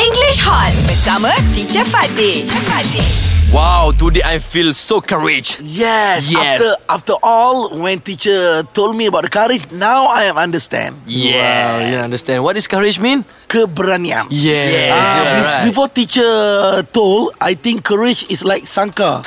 English Hot bersama Teacher Fatih. Teacher Fatih. Wow, today I feel so courage. Yes, Yes. After after all, when teacher told me about the courage, now I am understand Yeah. Wow, Uh, you understand what is courage mean? keberanian. Yes, Yes, Ah, you are bef- right. Before teacher told, I think courage is like sangka.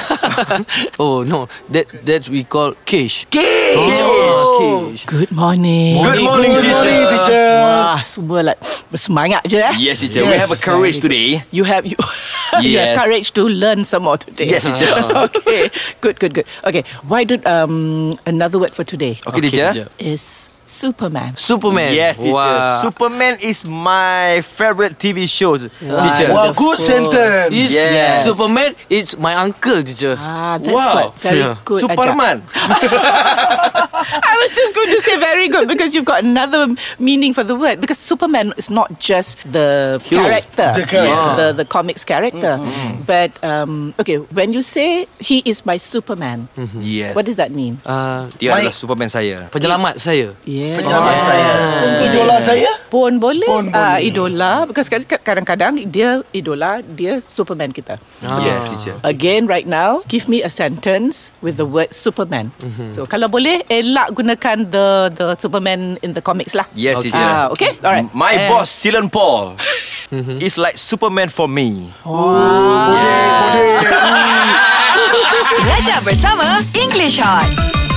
oh no, that that we call cash. Okay. Oh, cash. Good morning. Good morning, Good morning, teacher. teacher. Wah, semua like bersemangat je eh. Yes, teacher. We Yes. have a courage today. You have you, you Yes. have courage to learn some more today. Yes, teacher. okay. Good, good, good. Okay. Why did um another word for today Okay, teacher. teacher. is Superman. Superman. Yes, teacher. Wow. Superman is my favorite TV shows, teacher. Wow, good sentence. Is- Yes. Superman is my uncle, teacher. Ah, that's Wow. what very Yeah. good. Ajak. Superman. I was just going to say very good because you've got another meaning for the word because Superman is not just the character, The character. the, the comics character, Mm-hmm. but um, okay. When you say he is my Superman, Yes. what does that mean? Uh, Dia My- adalah Superman saya. penyelamat saya. Yeah. Penyelamat saya. Idola saya. Pun boleh Pun Ah, boleh. idola because kad- kad- kadang-kadang dia idola dia Superman kita. Yes, teacher. Again right now give me a sentence with the word Superman. Mhm. So kalau boleh elak gunakan the the Superman in the comics lah. Yes, okay. teacher. Ah, okay. Alright. My Eh, boss, Silan Paul, is like Superman for me. Belajar bersama English Hot.